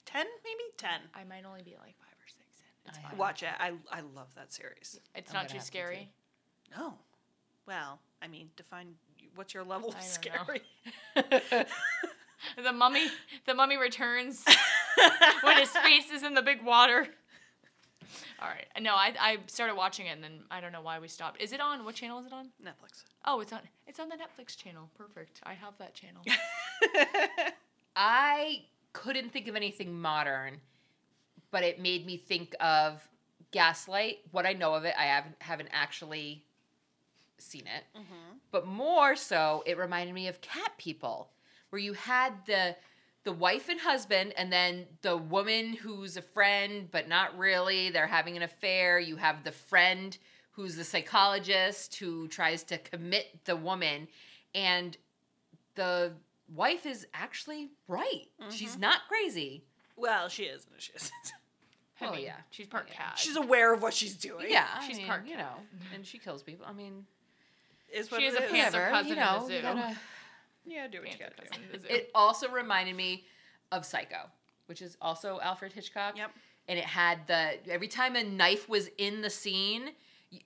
[SPEAKER 2] 10? Maybe 10.
[SPEAKER 4] I might only be like five or six in. It's
[SPEAKER 3] I
[SPEAKER 4] fine.
[SPEAKER 3] haven't.
[SPEAKER 2] Watch it. I, I love that series.
[SPEAKER 4] It's
[SPEAKER 3] I'm
[SPEAKER 4] not
[SPEAKER 3] gonna
[SPEAKER 4] too
[SPEAKER 3] have to
[SPEAKER 4] scary.
[SPEAKER 2] No. Well, I mean, define what's your level
[SPEAKER 4] I
[SPEAKER 2] of
[SPEAKER 4] don't know.
[SPEAKER 2] scary.
[SPEAKER 4] The mummy the mummy returns when his face is in the big water. All right. No, I, I started watching it and then I don't know why we stopped. Is it on? What channel is it on?
[SPEAKER 2] Netflix.
[SPEAKER 4] Oh, it's on it's on the Netflix channel. Perfect. I have that channel.
[SPEAKER 3] I couldn't think of anything modern, but it made me think of Gaslight. What I know of it, I haven't haven't actually seen it, but more so, it reminded me of Cat People, where you had the the wife and husband, and then the woman who's a friend but not really. They're having an affair. You have the friend who's the psychologist who tries to commit the woman, and the wife is actually right. She's
[SPEAKER 2] Mm-hmm.
[SPEAKER 3] not crazy.
[SPEAKER 2] Well, she is. and She is.
[SPEAKER 4] I
[SPEAKER 3] Well,
[SPEAKER 4] mean,
[SPEAKER 3] yeah.
[SPEAKER 4] She's part
[SPEAKER 3] Yeah.
[SPEAKER 4] cat.
[SPEAKER 2] She's aware of what she's doing.
[SPEAKER 3] Yeah, I
[SPEAKER 4] She's
[SPEAKER 3] mean,
[SPEAKER 4] part
[SPEAKER 3] you know, and she kills people. I mean,
[SPEAKER 2] is what
[SPEAKER 4] She is
[SPEAKER 2] it
[SPEAKER 4] a panther.
[SPEAKER 3] whatever,
[SPEAKER 4] cousin
[SPEAKER 3] you
[SPEAKER 4] in the
[SPEAKER 3] know, you
[SPEAKER 4] zoo.
[SPEAKER 3] gotta-
[SPEAKER 2] Yeah, do what you
[SPEAKER 4] Panther
[SPEAKER 2] gotta
[SPEAKER 4] cousin
[SPEAKER 2] do.
[SPEAKER 4] in the zoo.
[SPEAKER 3] It also reminded me of Psycho, which is also Alfred Hitchcock.
[SPEAKER 2] Yep.
[SPEAKER 3] And it had the every time a knife was in the scene,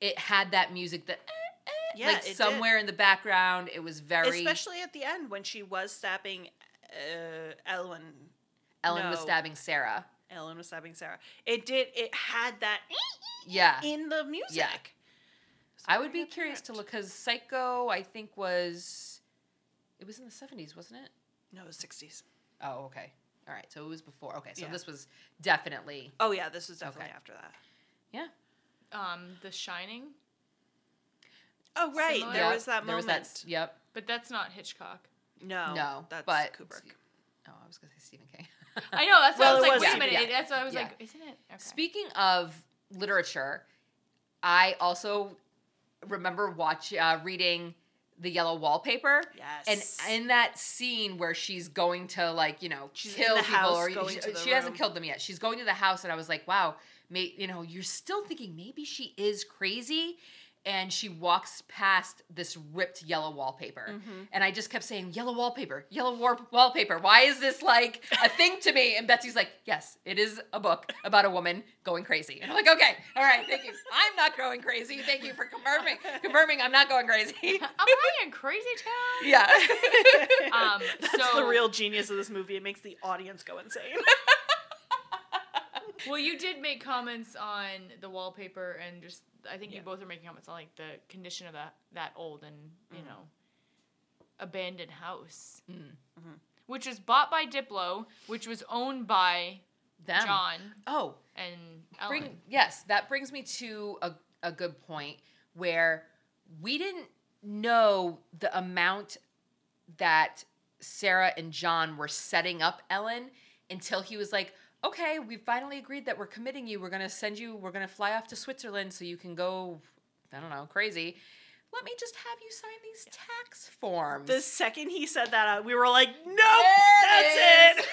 [SPEAKER 3] it had that music that eh, eh,
[SPEAKER 2] Yeah,
[SPEAKER 3] like
[SPEAKER 2] it did.
[SPEAKER 3] somewhere in the background. It was very
[SPEAKER 2] Especially at the end when she was stabbing uh, Ellen.
[SPEAKER 3] Ellen was
[SPEAKER 2] no.
[SPEAKER 3] stabbing Sarah.
[SPEAKER 2] Ellen was stabbing Sarah. It did. It had that
[SPEAKER 3] Yeah.
[SPEAKER 2] in the music. It's
[SPEAKER 3] I would be curious to look because Psycho, I think, was it was in the seventies, wasn't it?
[SPEAKER 2] No, it was 60s.
[SPEAKER 3] Oh, okay. All right. So it was before. Okay. So
[SPEAKER 2] Yeah.
[SPEAKER 3] this was definitely
[SPEAKER 2] Oh, yeah, this was definitely
[SPEAKER 3] Okay.
[SPEAKER 2] after that.
[SPEAKER 3] yeah.
[SPEAKER 4] Um, The Shining,
[SPEAKER 2] Oh, right.
[SPEAKER 4] Similar.
[SPEAKER 2] There
[SPEAKER 3] Yeah,
[SPEAKER 2] was that moment.
[SPEAKER 3] There was that. s- Yep.
[SPEAKER 4] but that's not Hitchcock.
[SPEAKER 2] no,
[SPEAKER 3] no.
[SPEAKER 2] that's
[SPEAKER 3] but
[SPEAKER 2] Kubrick.
[SPEAKER 3] Oh, I was gonna say Stephen King.
[SPEAKER 4] I know. That's why
[SPEAKER 2] Well,
[SPEAKER 4] I was
[SPEAKER 2] it
[SPEAKER 4] like,
[SPEAKER 2] was
[SPEAKER 4] wait a
[SPEAKER 2] Stephen
[SPEAKER 4] minute.
[SPEAKER 3] King.
[SPEAKER 4] it- That's why I was
[SPEAKER 3] Yeah.
[SPEAKER 4] like, isn't it? Okay.
[SPEAKER 3] Speaking of literature, I also remember watch uh, reading the yellow wallpaper.
[SPEAKER 2] Yes.
[SPEAKER 3] And in that scene where she's going to like you know
[SPEAKER 2] She's in
[SPEAKER 3] kill
[SPEAKER 2] the
[SPEAKER 3] people,
[SPEAKER 2] house
[SPEAKER 3] or
[SPEAKER 2] going
[SPEAKER 3] she,
[SPEAKER 2] to the
[SPEAKER 3] she hasn't
[SPEAKER 2] room.
[SPEAKER 3] killed them yet. She's going to the house, and I was like, wow, may, you know, you're still thinking maybe she is crazy. And she walks past this ripped yellow wallpaper.
[SPEAKER 2] Mm-hmm.
[SPEAKER 3] And I just kept saying, yellow wallpaper, yellow war- wallpaper. Why is this like a thing to me? And Betsy's like, yes, it is a book about a woman going crazy. And I'm like, okay, all right, thank you. I'm not going crazy. Thank you for confirming, confirming I'm not going crazy.
[SPEAKER 4] Am I in Crazy Town?
[SPEAKER 3] yeah.
[SPEAKER 4] Um,
[SPEAKER 2] That's
[SPEAKER 4] so,
[SPEAKER 2] the real genius of this movie. It makes the audience go insane.
[SPEAKER 4] Well, you did make comments on the wallpaper, and just I think
[SPEAKER 2] Yeah.
[SPEAKER 4] you both are making comments on like the condition of that that old and you
[SPEAKER 2] Mm.
[SPEAKER 4] know abandoned house, which was bought by Diplo, which was owned by
[SPEAKER 3] Them.
[SPEAKER 4] John
[SPEAKER 3] Oh,
[SPEAKER 4] and
[SPEAKER 3] bring,
[SPEAKER 4] Ellen.
[SPEAKER 3] yes, that brings me to a, a good point where we didn't know the amount that Sarah and John were setting up Ellen until he was like, okay, we finally agreed that we're committing you. We're going to send you, we're going to fly off to Switzerland so you can go, I don't know, crazy. Let me just have you sign these tax forms.
[SPEAKER 2] the second he said that, uh, we were like, nope,
[SPEAKER 3] There it
[SPEAKER 2] that's
[SPEAKER 3] is.
[SPEAKER 2] it.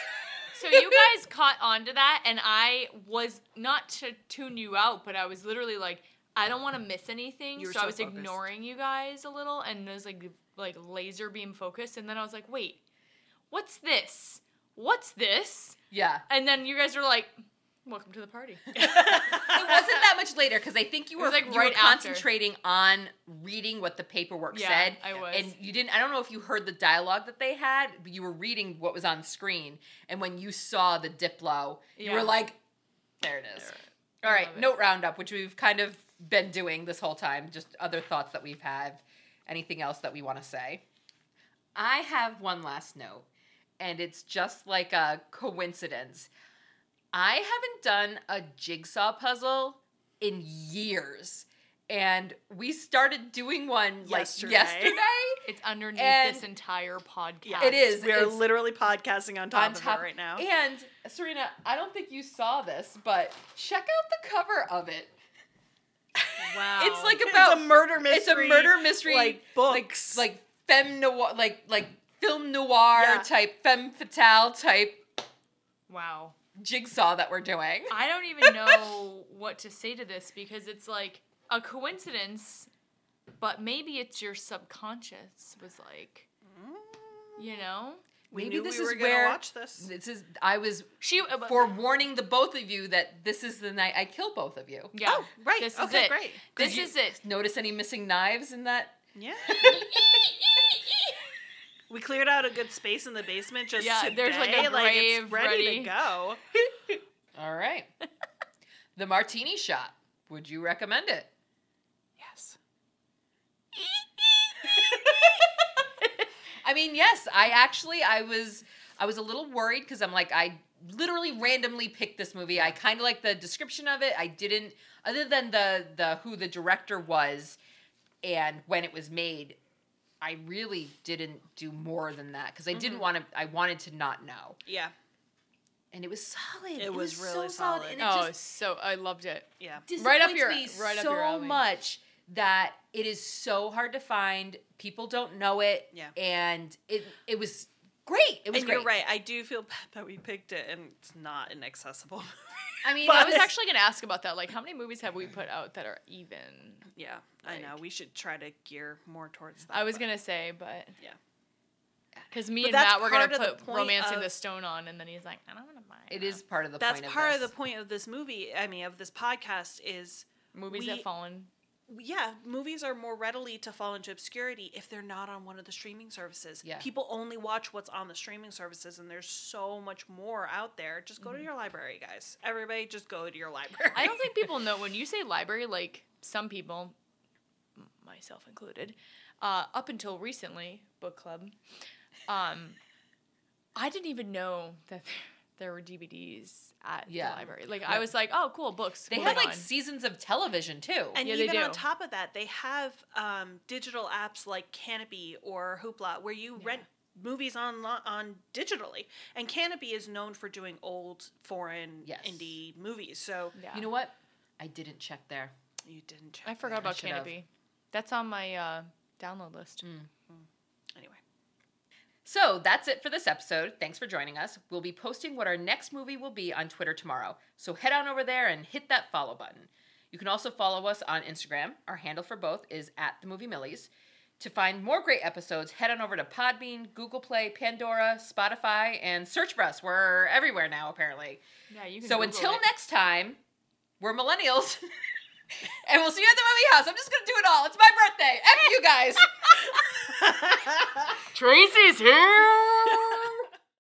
[SPEAKER 4] So you guys caught on to that, and I was not to tune you out, but I was literally like, I don't want to miss anything,
[SPEAKER 2] You were
[SPEAKER 4] so, I
[SPEAKER 2] so
[SPEAKER 4] was
[SPEAKER 2] focused.
[SPEAKER 4] ignoring you guys a little, and I was like, like laser beam focused, and then I was like, wait, what's this? What's this?
[SPEAKER 3] yeah.
[SPEAKER 4] And then you guys were like, welcome to the party.
[SPEAKER 3] it wasn't that much later because I think you were
[SPEAKER 4] was,
[SPEAKER 3] like
[SPEAKER 4] like,
[SPEAKER 3] you
[SPEAKER 4] right
[SPEAKER 3] were
[SPEAKER 4] after.
[SPEAKER 3] concentrating on reading what the paperwork
[SPEAKER 4] Yeah,
[SPEAKER 3] said.
[SPEAKER 4] I was.
[SPEAKER 3] and you didn't. I don't know if you heard the dialogue that they had, but you were reading what was on screen, and when you saw the Diplo, you
[SPEAKER 4] Yeah.
[SPEAKER 3] were like, "There it is."
[SPEAKER 4] I
[SPEAKER 3] All right,
[SPEAKER 4] love it.
[SPEAKER 3] note roundup, which we've kind of been doing this whole time. Just other thoughts that we've had. Anything else that we want to say? I have one last note, and it's just like a coincidence. I haven't done a jigsaw puzzle in years. And we started doing one
[SPEAKER 2] Yesterday.
[SPEAKER 3] like yesterday.
[SPEAKER 4] It's underneath
[SPEAKER 3] And-
[SPEAKER 4] this entire podcast.
[SPEAKER 3] It is.
[SPEAKER 2] We're
[SPEAKER 3] it's
[SPEAKER 2] literally podcasting on top, of it right now.
[SPEAKER 3] And Serena, I don't think you saw this, but check out the cover of it.
[SPEAKER 4] Wow.
[SPEAKER 3] It's like
[SPEAKER 2] It's
[SPEAKER 3] about
[SPEAKER 2] a murder
[SPEAKER 3] It's a
[SPEAKER 2] mystery,
[SPEAKER 3] murder mystery
[SPEAKER 2] like books.
[SPEAKER 3] like like femme noir, like like film noir
[SPEAKER 2] Yeah.
[SPEAKER 3] type, femme fatale type
[SPEAKER 4] wow.
[SPEAKER 3] jigsaw that we're doing.
[SPEAKER 4] I don't even know what to say to this because it's like a coincidence, but maybe it's your subconscious was like,
[SPEAKER 2] Mm.
[SPEAKER 4] you know,
[SPEAKER 2] we
[SPEAKER 3] Maybe
[SPEAKER 2] knew
[SPEAKER 3] this
[SPEAKER 2] we were
[SPEAKER 3] is
[SPEAKER 2] gonna
[SPEAKER 3] where-
[SPEAKER 2] watch this.
[SPEAKER 3] This is I was
[SPEAKER 4] she. uh, but-
[SPEAKER 3] forewarning the both of you that this is the night I kill both of you.
[SPEAKER 4] yeah,
[SPEAKER 2] Oh, right.
[SPEAKER 4] This
[SPEAKER 2] Okay,
[SPEAKER 4] is it.
[SPEAKER 2] great.
[SPEAKER 4] This
[SPEAKER 3] you-
[SPEAKER 4] is it.
[SPEAKER 3] Notice any missing knives in that?
[SPEAKER 2] Yeah. we cleared out a good space in the basement just
[SPEAKER 4] Yeah,
[SPEAKER 2] today.
[SPEAKER 4] there's, like, a
[SPEAKER 2] it's
[SPEAKER 4] grave
[SPEAKER 2] ready,
[SPEAKER 4] ready.
[SPEAKER 2] to go.
[SPEAKER 3] All right. the martini shot. Would you recommend it?
[SPEAKER 2] Yes.
[SPEAKER 3] I mean, yes, I actually I was I was a little worried because I'm like I literally randomly picked this movie. I kind of like the description of it. I didn't other than the the who the director was and when it was made. I really didn't do more than that because I didn't
[SPEAKER 4] Mm-hmm.
[SPEAKER 3] want to. I wanted to not know,
[SPEAKER 2] Yeah.
[SPEAKER 3] and it was solid.
[SPEAKER 2] It was really solid.
[SPEAKER 3] and it
[SPEAKER 4] Oh,
[SPEAKER 3] just
[SPEAKER 4] so I loved it.
[SPEAKER 2] Yeah.
[SPEAKER 4] Oh, Right up
[SPEAKER 3] disappoints
[SPEAKER 4] your-
[SPEAKER 3] me
[SPEAKER 4] right up
[SPEAKER 3] so
[SPEAKER 4] your alley.
[SPEAKER 3] much that it is so hard to find. People don't know it.
[SPEAKER 2] Yeah.
[SPEAKER 3] And it it was great. It was
[SPEAKER 2] And
[SPEAKER 3] great.
[SPEAKER 2] you're right. I do feel bad that we picked it, and it's not an accessible. movie.
[SPEAKER 3] I mean,
[SPEAKER 2] But-
[SPEAKER 3] I
[SPEAKER 4] I was actually gonna ask about that. Like, how many movies have we put out that are even?
[SPEAKER 2] yeah, I know. We should try to gear more towards that.
[SPEAKER 4] I was
[SPEAKER 2] but-
[SPEAKER 4] gonna say, but
[SPEAKER 2] Yeah.
[SPEAKER 4] because me
[SPEAKER 2] But
[SPEAKER 4] and
[SPEAKER 2] that's
[SPEAKER 4] Matt were gonna
[SPEAKER 2] part of the
[SPEAKER 4] put
[SPEAKER 2] point
[SPEAKER 4] romancing
[SPEAKER 2] of-
[SPEAKER 4] the stone on, and then he's like, I don't want to buy.
[SPEAKER 3] It
[SPEAKER 4] that."
[SPEAKER 3] is part of the
[SPEAKER 2] That's
[SPEAKER 3] point of
[SPEAKER 2] part of,
[SPEAKER 3] this.
[SPEAKER 2] the point of this movie. I mean, of this podcast is
[SPEAKER 4] movies
[SPEAKER 2] we-
[SPEAKER 4] that fallen.
[SPEAKER 2] yeah, movies are more readily to fall into obscurity if they're not on one of the streaming services.
[SPEAKER 3] Yeah.
[SPEAKER 2] People only watch what's on the streaming services, and there's so much more out there. Just go
[SPEAKER 4] Mm-hmm.
[SPEAKER 2] to your library, guys. Everybody, just go to your library.
[SPEAKER 4] I don't think people know when you say library, like some people, m- myself included, uh, up until recently, book club, um, I didn't even know that there, there were DVDs at
[SPEAKER 3] Yeah.
[SPEAKER 4] the library. Like I
[SPEAKER 3] Yep.
[SPEAKER 4] was like, oh, cool books.
[SPEAKER 3] They
[SPEAKER 4] moving
[SPEAKER 3] had like
[SPEAKER 4] on.
[SPEAKER 3] seasons of television too.
[SPEAKER 2] And
[SPEAKER 4] Yeah, they
[SPEAKER 2] even on
[SPEAKER 4] do.
[SPEAKER 2] top of that, they have um, digital apps like Canopy or Hoopla where you
[SPEAKER 4] Yeah.
[SPEAKER 2] rent movies on on digitally. And Canopy is known for doing old foreign
[SPEAKER 3] Yes.
[SPEAKER 2] indie movies. So
[SPEAKER 4] yeah.
[SPEAKER 3] You know what? I didn't check there.
[SPEAKER 2] you didn't check.
[SPEAKER 4] Mm. I forgot
[SPEAKER 2] that.
[SPEAKER 4] about
[SPEAKER 3] should've.
[SPEAKER 4] Canopy. That's on my uh, download list.
[SPEAKER 3] Mm.
[SPEAKER 2] Anyway,
[SPEAKER 3] So that's it for this episode. Thanks for joining us. We'll be posting what our next movie will be on Twitter tomorrow. So head on over there and hit that follow button. You can also follow us on Instagram. Our handle for both is at the Movie Millies. To find more great episodes, head on over to Podbean, Google Play, Pandora, Spotify, and search for us. We're everywhere now, apparently.
[SPEAKER 4] Yeah, you can.
[SPEAKER 3] So
[SPEAKER 4] Google
[SPEAKER 3] until
[SPEAKER 4] it.
[SPEAKER 3] next time, we're millennials. and we'll see you at the movie house. I'm just going to do it all. It's my birthday. F you guys.
[SPEAKER 4] Tracy's here.